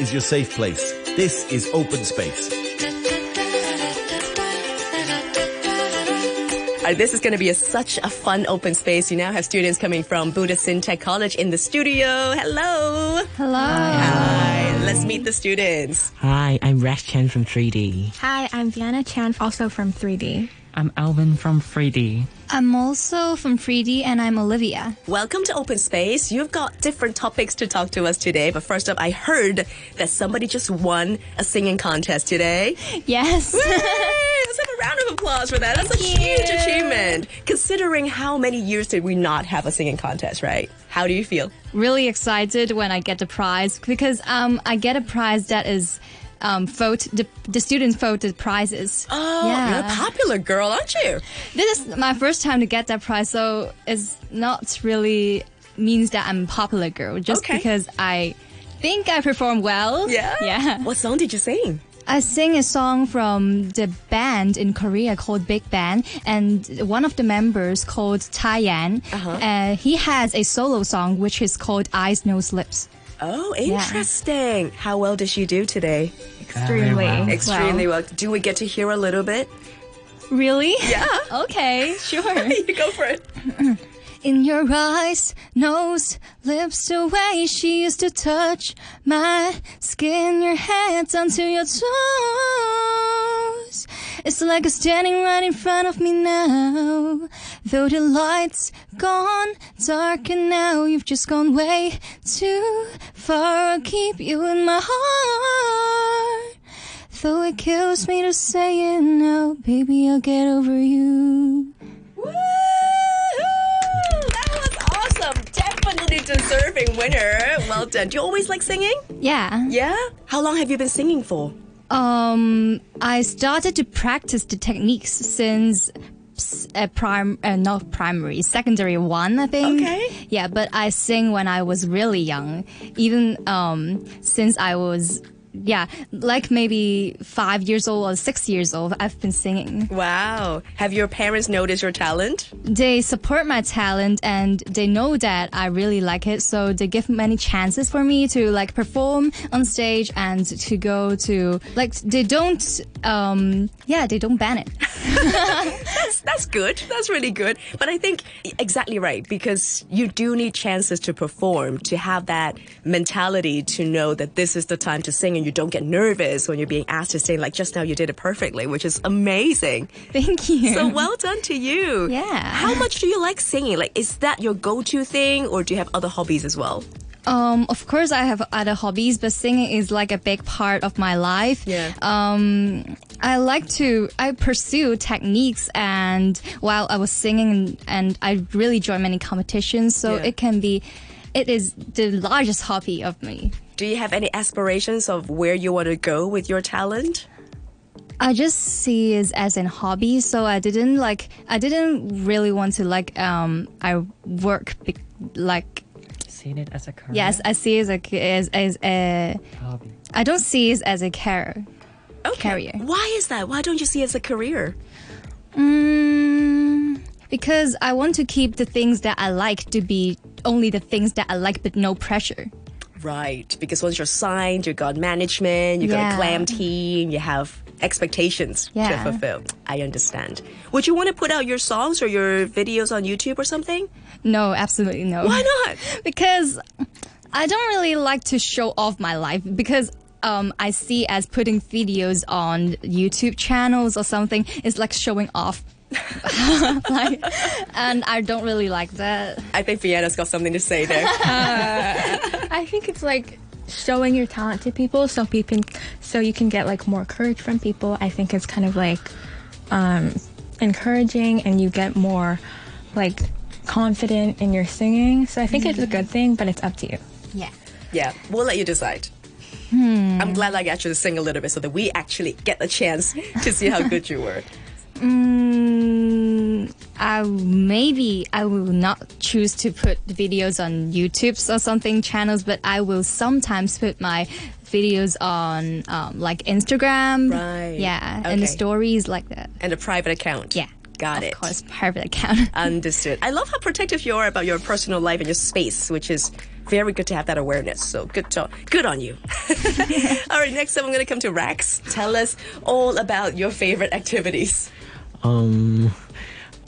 is your safe place. This is Open Space. Uh, This is going to be a, such a fun open space. You now have students coming from Buddha Tech College in the studio. Hello. Hello. Hi. Let's meet the students. Hi, I'm Rash Chen from 3D. Hi, I'm Vienna Chan, also from 3D. I'm Alvin from 3D. I'm also from 3D and I'm Olivia. Welcome to Open Space. You've got different topics to talk to us today. But first up, I heard that somebody just won a singing contest today. Yes. Yay! Let's have a round of applause for that. That's a huge achievement. Considering how many years did we not have a singing contest, right? How do you feel? really excited when I get the prize because um, I get a prize that is um, vote the, the students vote the prizes. Oh, you're a popular girl, aren't you? this is my first time to get that prize, so it's not really means that I'm a popular girl just Okay. because I think I perform well. Yeah. yeah. What song did you sing? I sing a song from the band in Korea called Big Band, and one of the members called Tai Yan. Uh-huh. uh, he has a solo song which is called Eyes, Nose, Lips. Oh, interesting. How well did she do today? Extremely. Extremely well. Do we get to hear a little bit? Really? Yeah. Okay, sure. you go for it. In your eyes, nose, lips, the way she used to touch my skin, your head down to your toes. It's like it's standing right in front of me now. Though the lights gone dark and now you've just gone way too far. I'll keep you in my heart. Though it kills me to say it now, baby, I'll get over you. Woo! That was awesome. Definitely deserving winner. Well done. Do you always like singing? Yeah. Yeah. How long have you been singing for? Um, I started to practice the techniques since uh, prime, uh, not primary, secondary one, I think. Okay. Yeah, but I sing when I was really young, even um since I was. Yeah, like maybe five years old or six years old, I've been singing. Wow. Have your parents noticed your talent? They support my talent and they know that I really like it, so they give many chances for me to like perform on stage and to go to like they don't um yeah, they don't ban it. That's good. That's really good. But I think e, exactly right because you do need chances to perform, to have that mentality to know that this is the time to sing and you don't get nervous when you're being asked to sing. Like just now, you did it perfectly, which is amazing. Thank you. So well done to you. Yeah. How much do you like singing? Like, is that your go to thing or do you have other hobbies as well? Um, of course, I have other hobbies, but singing is like a big part of my life. Yeah. Um, I like to I pursue techniques, and while I was singing, and I really join many competitions, so Yeah. it can be, it is the largest hobby of me. Do you have any aspirations of where you want to go with your talent? I just see it as an hobby, so I didn't like. I didn't really want to like. Um, I work be- like. Seen it as a career Yes, I see it as a as, as a. hobby. I don't see it as a care. Okay. Career. Why is that? Why don't you see it as a career? Mm, because I want to keep the things that I like to be only the things that I like, but no pressure. Right, because once you're signed, you've got management, you've got a Yeah. glam team, you have expectations Yeah. to fulfill. I understand. Would you want to put out your songs or your videos on YouTube or something? No, absolutely no. Why not? Because I don't really like to show off my life because. Um, I see as putting videos on YouTube channels or something is like showing off, like, and I don't really like that. I think Vienna's got something to say there. I think it's like showing your talent to people so people so you can get like more courage from people. I think it's kind of like um encouraging and you get more like confident in your singing. So I think it's a good thing, but it's up to you. Yeah. yeah, we'll let you decide. Hmm. I'm glad I got you to sing a little bit so that we actually get the chance to see how good you were. Mm, I maybe I will not choose to put videos on YouTube or something channels, but I will sometimes put my videos on um, like Instagram, Right. Yeah, and the Okay. stories like that. And a private account. Yeah, Got of it. Uh, Of course, private account. Understood. I love how protective you are about your personal life and your space, which is very good to have that awareness. So good to, good on you. all right, next up, I'm going to come to Rax. Tell us all about your favorite activities. Um,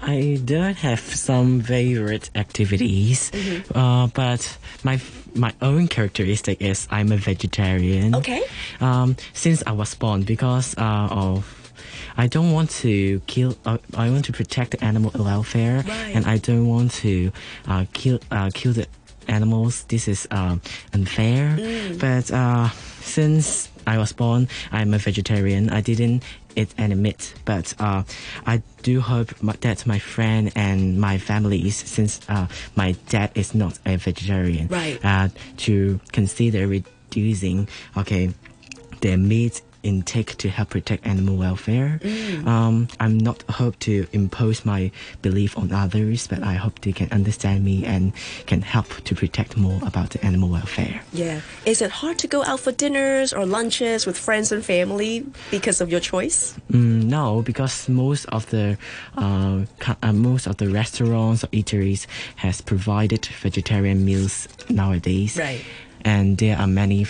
I don't have some favorite activities, uh, but my my own characteristic is I'm a vegetarian. Okay. Um, since I was born, because uh, of I don't want to kill. Uh, I want to protect the animal welfare, Right. and I don't want to uh, kill uh, kill the animals. This is um, unfair. Mm. But uh, since I was born, I'm a vegetarian. I didn't eat any meat, but uh, I do hope my, that my friend and my families, since uh, my dad is not a vegetarian, Right. uh, to consider reducing okay their meat intake to help protect animal welfare. Mm. Um, I'm not hope to impose my belief on others, but I hope they can understand me and can help to protect more about the animal welfare. Yeah. Is it hard to go out for dinners or lunches with friends and family because of your choice? Mm, no, because most of the uh, ca- uh, most of the restaurants or eateries has provided vegetarian meals nowadays. Right. And there are many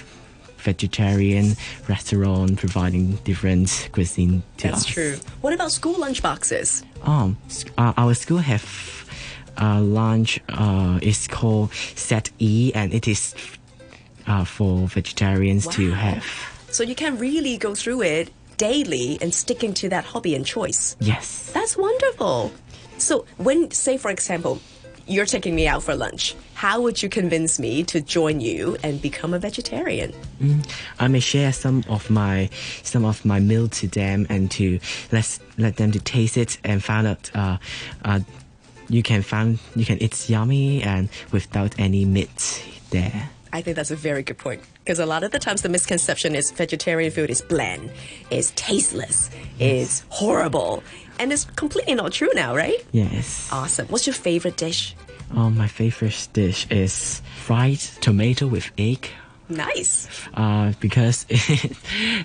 vegetarian restaurants providing different cuisine to That's us. true. What about school lunch boxes? Um, s- uh, our school have uh, lunch. Uh, it's called set E, and it is uh, for vegetarians to Wow. have. So you can really go through it daily and sticking to that hobby and choice. Yes. That's wonderful. So when say for example, you're taking me out for lunch, how would you convince me to join you and become a vegetarian? I may share some of my some of my meal to them and to let let them to taste it and find out uh, uh, you can find you can it's yummy and without any meat there. I think that's a very good point because a lot of the times the misconception is vegetarian food is bland, is tasteless, is horrible, and it's completely not true now, right? Yes. Awesome. What's your favorite dish? Um, my favorite dish is fried tomato with egg. Nice. Uh, because it,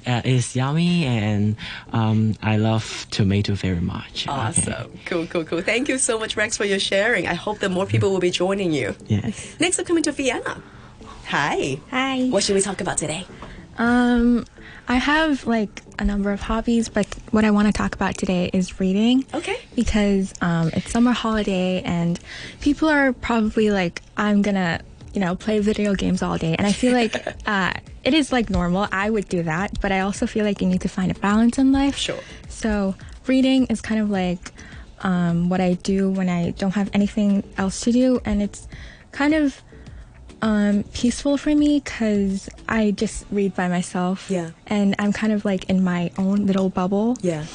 uh, it's yummy and um, I love tomato very much. Okay. Awesome. Cool, cool, cool. Thank you so much, Rex, for your sharing. I hope that more people will be joining you. Yes. Next up, coming to Vienna. Hi. Hi. What should we talk about today? Um, I have like a number of hobbies, but what I want to talk about today is reading. Okay. Because um, it's summer holiday and people are probably like, I'm gonna, you know, play video games all day, and I feel like uh, it is like normal. I would do that, but I also feel like you need to find a balance in life. Sure. So reading is kind of like um, what I do when I don't have anything else to do, and it's kind of um, peaceful for me because I just read by myself. Yeah. And I'm kind of like in my own little bubble. Yeah.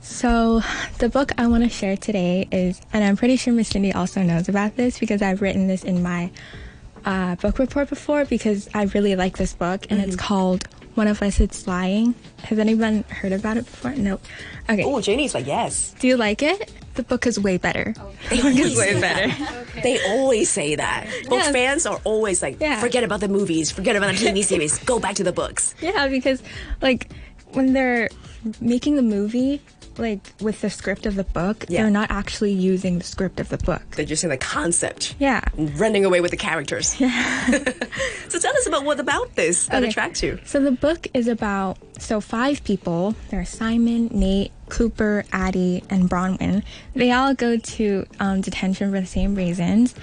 So the book I want to share today is, and I'm pretty sure Miss Cindy also knows about this because I've written this in my uh, book report before because I really like this book, and Mm-hmm. it's called One of Us It's Lying. Has anyone heard about it before? No. Okay. Oh, Janie's like, yes. Do you like it? The book is way better. They always way better. They always say that. Book Yeah. fans are always like, Yeah. forget about the movies, forget about the TV series, go back to the books. Yeah, because like when they're making the movie, like with the script of the book, Yeah. they're not actually using the script of the book. They're just in the concept. Yeah. Running away with the characters. so tell us about what about this that Okay. attracts you. So the book is about so five people. There are Simon, Nate, Cooper, Addie, and Bronwyn. They all go to um, detention for the same reasons,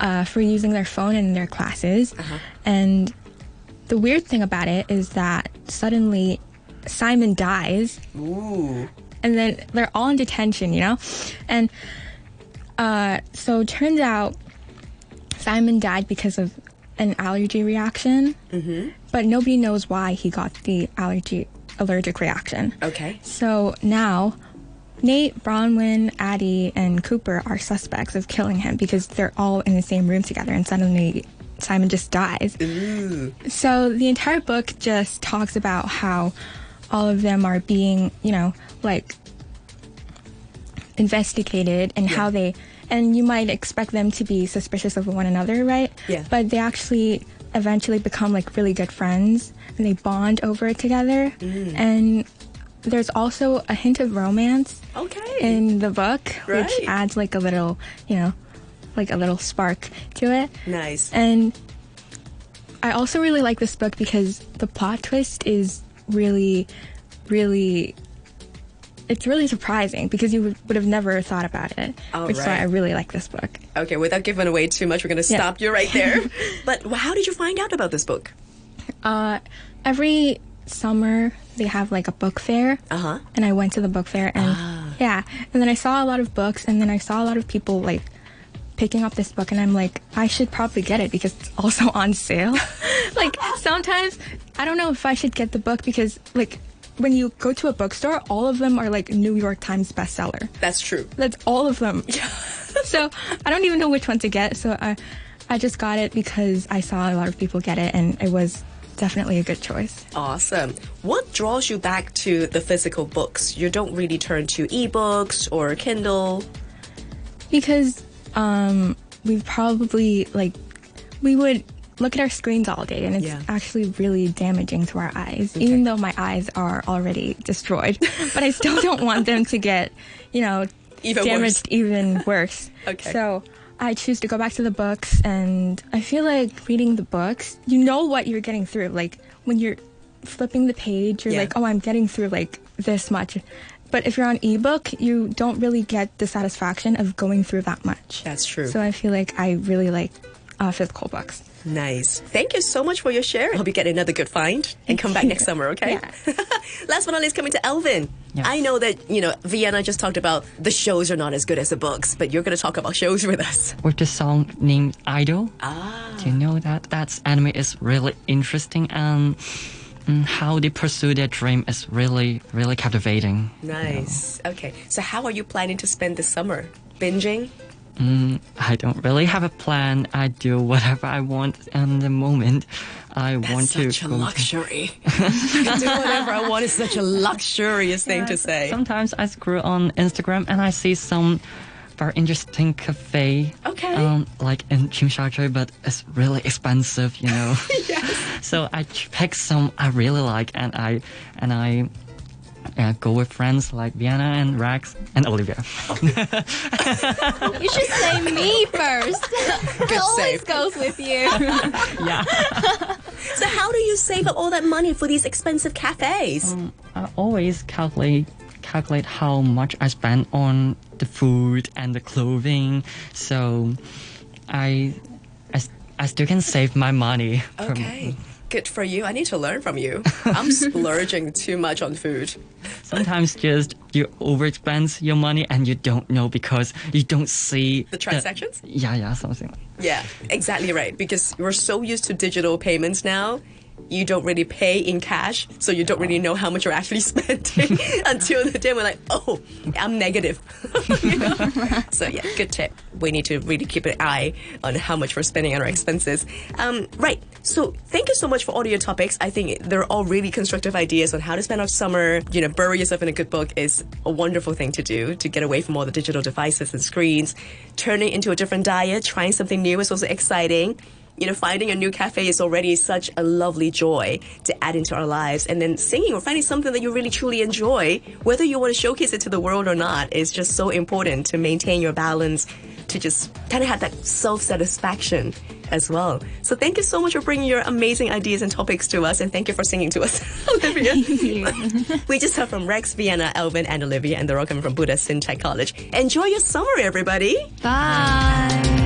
uh, for using their phone in their classes. Uh-huh. And the weird thing about it is that suddenly Simon dies. Ooh. And then they're all in detention, you know? And uh, so it turns out Simon died because of an allergy reaction but nobody knows why he got the allergy allergic reaction. Okay. So now Nate, Bronwyn, Addie, and Cooper are suspects of killing him because they're all in the same room together and suddenly Simon just dies. So the entire book just talks about how all of them are being, you know, like investigated and how they and you might expect them to be suspicious of one another, right? Yeah. But they actually eventually become like really good friends and they bond over it together. Mm. And there's also a hint of romance Okay. in the book, Right. which adds like a little, you know, like a little spark to it. Nice. And I also really like this book because the plot twist is really, really. It's really surprising because you would- would have never thought about it, All which is Oh, right. why I really like this book. Okay, without giving away too much, we're going to Yeah. stop you right there. but how did you find out about this book? Uh, every summer they have like a book fair, Uh-huh. and I went to the book fair, and yeah, and then I saw a lot of books, and then I saw a lot of people like picking up this book, and I'm like, I should probably get it because it's also on sale. like sometimes I don't know if I should get the book because like when you go to a bookstore, all of them are like New York Times bestseller. That's true. That's all of them. so I don't even know which one to get. So I, I just got it because I saw a lot of people get it, and it was definitely a good choice. Awesome. What draws you back to the physical books? You don't really turn to ebooks or Kindle. because um, we probably like we would look at our screens all day and it's Yeah. actually really damaging to our eyes even though my eyes are already destroyed but i still don't want them to get you know Even damaged even worse Okay. so i choose to go back to the books and i feel like reading the books you know what you're getting through like when you're flipping the page you're Yeah. like oh i'm getting through like this much but if you're on ebook you don't really get the satisfaction of going through that much That's true. so i feel like i really like uh, physical books Nice. Thank you so much for your share. I hope you get another good find and come back next summer, okay? Last but not least, coming to Elvin. Yes. I know that, you know, Vienna just talked about the shows are not as good as the books, but you're going to talk about shows with us. with the song named Idol. Ah. Do you know that? That anime is really interesting and mm, how they pursue their dream is really, really captivating. Nice. Okay. So, how are you planning to spend this summer? Binging? I don't really have a plan. I do whatever I want in the moment. I want to such a go to- luxury. I can do whatever I want. It's such a luxurious thing to say. Sometimes I scroll on Instagram and I see some very interesting cafe. Okay. Um, like in Chimshacho, but it's really expensive, you know. yes. So I ch- pick some I really like, and I and I uh, go with friends like Vienna and Rex and Olivia. You should say me first. it always save. goes with you. yeah. So, how do you save up all that money for these expensive cafes? I always calculate calculate how much I spend on the food and the clothing. So I I, s- I still can save my money. from- Okay. Um, Good for you. I need to learn from you. I'm splurging too much on food. sometimes just you overexpense your money and you don't know because you don't see The transactions? yeah, yeah, something. like Yeah, exactly right. Because we're so used to digital payments now, you don't really pay in cash, so you don't really know how much you're actually spending until the day we're like, oh, I'm negative. You know? so yeah, good tip. We need to really keep an eye on how much we're spending on our expenses. Um, right. So thank you so much for all of your topics. I think they're all really constructive ideas on how to spend our summer. You know, bury yourself in a good book is a wonderful thing to do to get away from all the digital devices and screens. Turning into a different diet, trying something new is also exciting. You know, finding a new cafe is already such a lovely joy to add into our lives. And then singing or finding something that you really truly enjoy, whether you want to showcase it to the world or not, is just so important to maintain your balance, to just kind of have that self satisfaction as well. So thank you so much for bringing your amazing ideas and topics to us. And thank you for singing to us, Olivia. we just heard from Rex, Vienna, Elvin, and Olivia, and they're all coming from Buddha Sin Tech College. Enjoy your summer, everybody. Bye.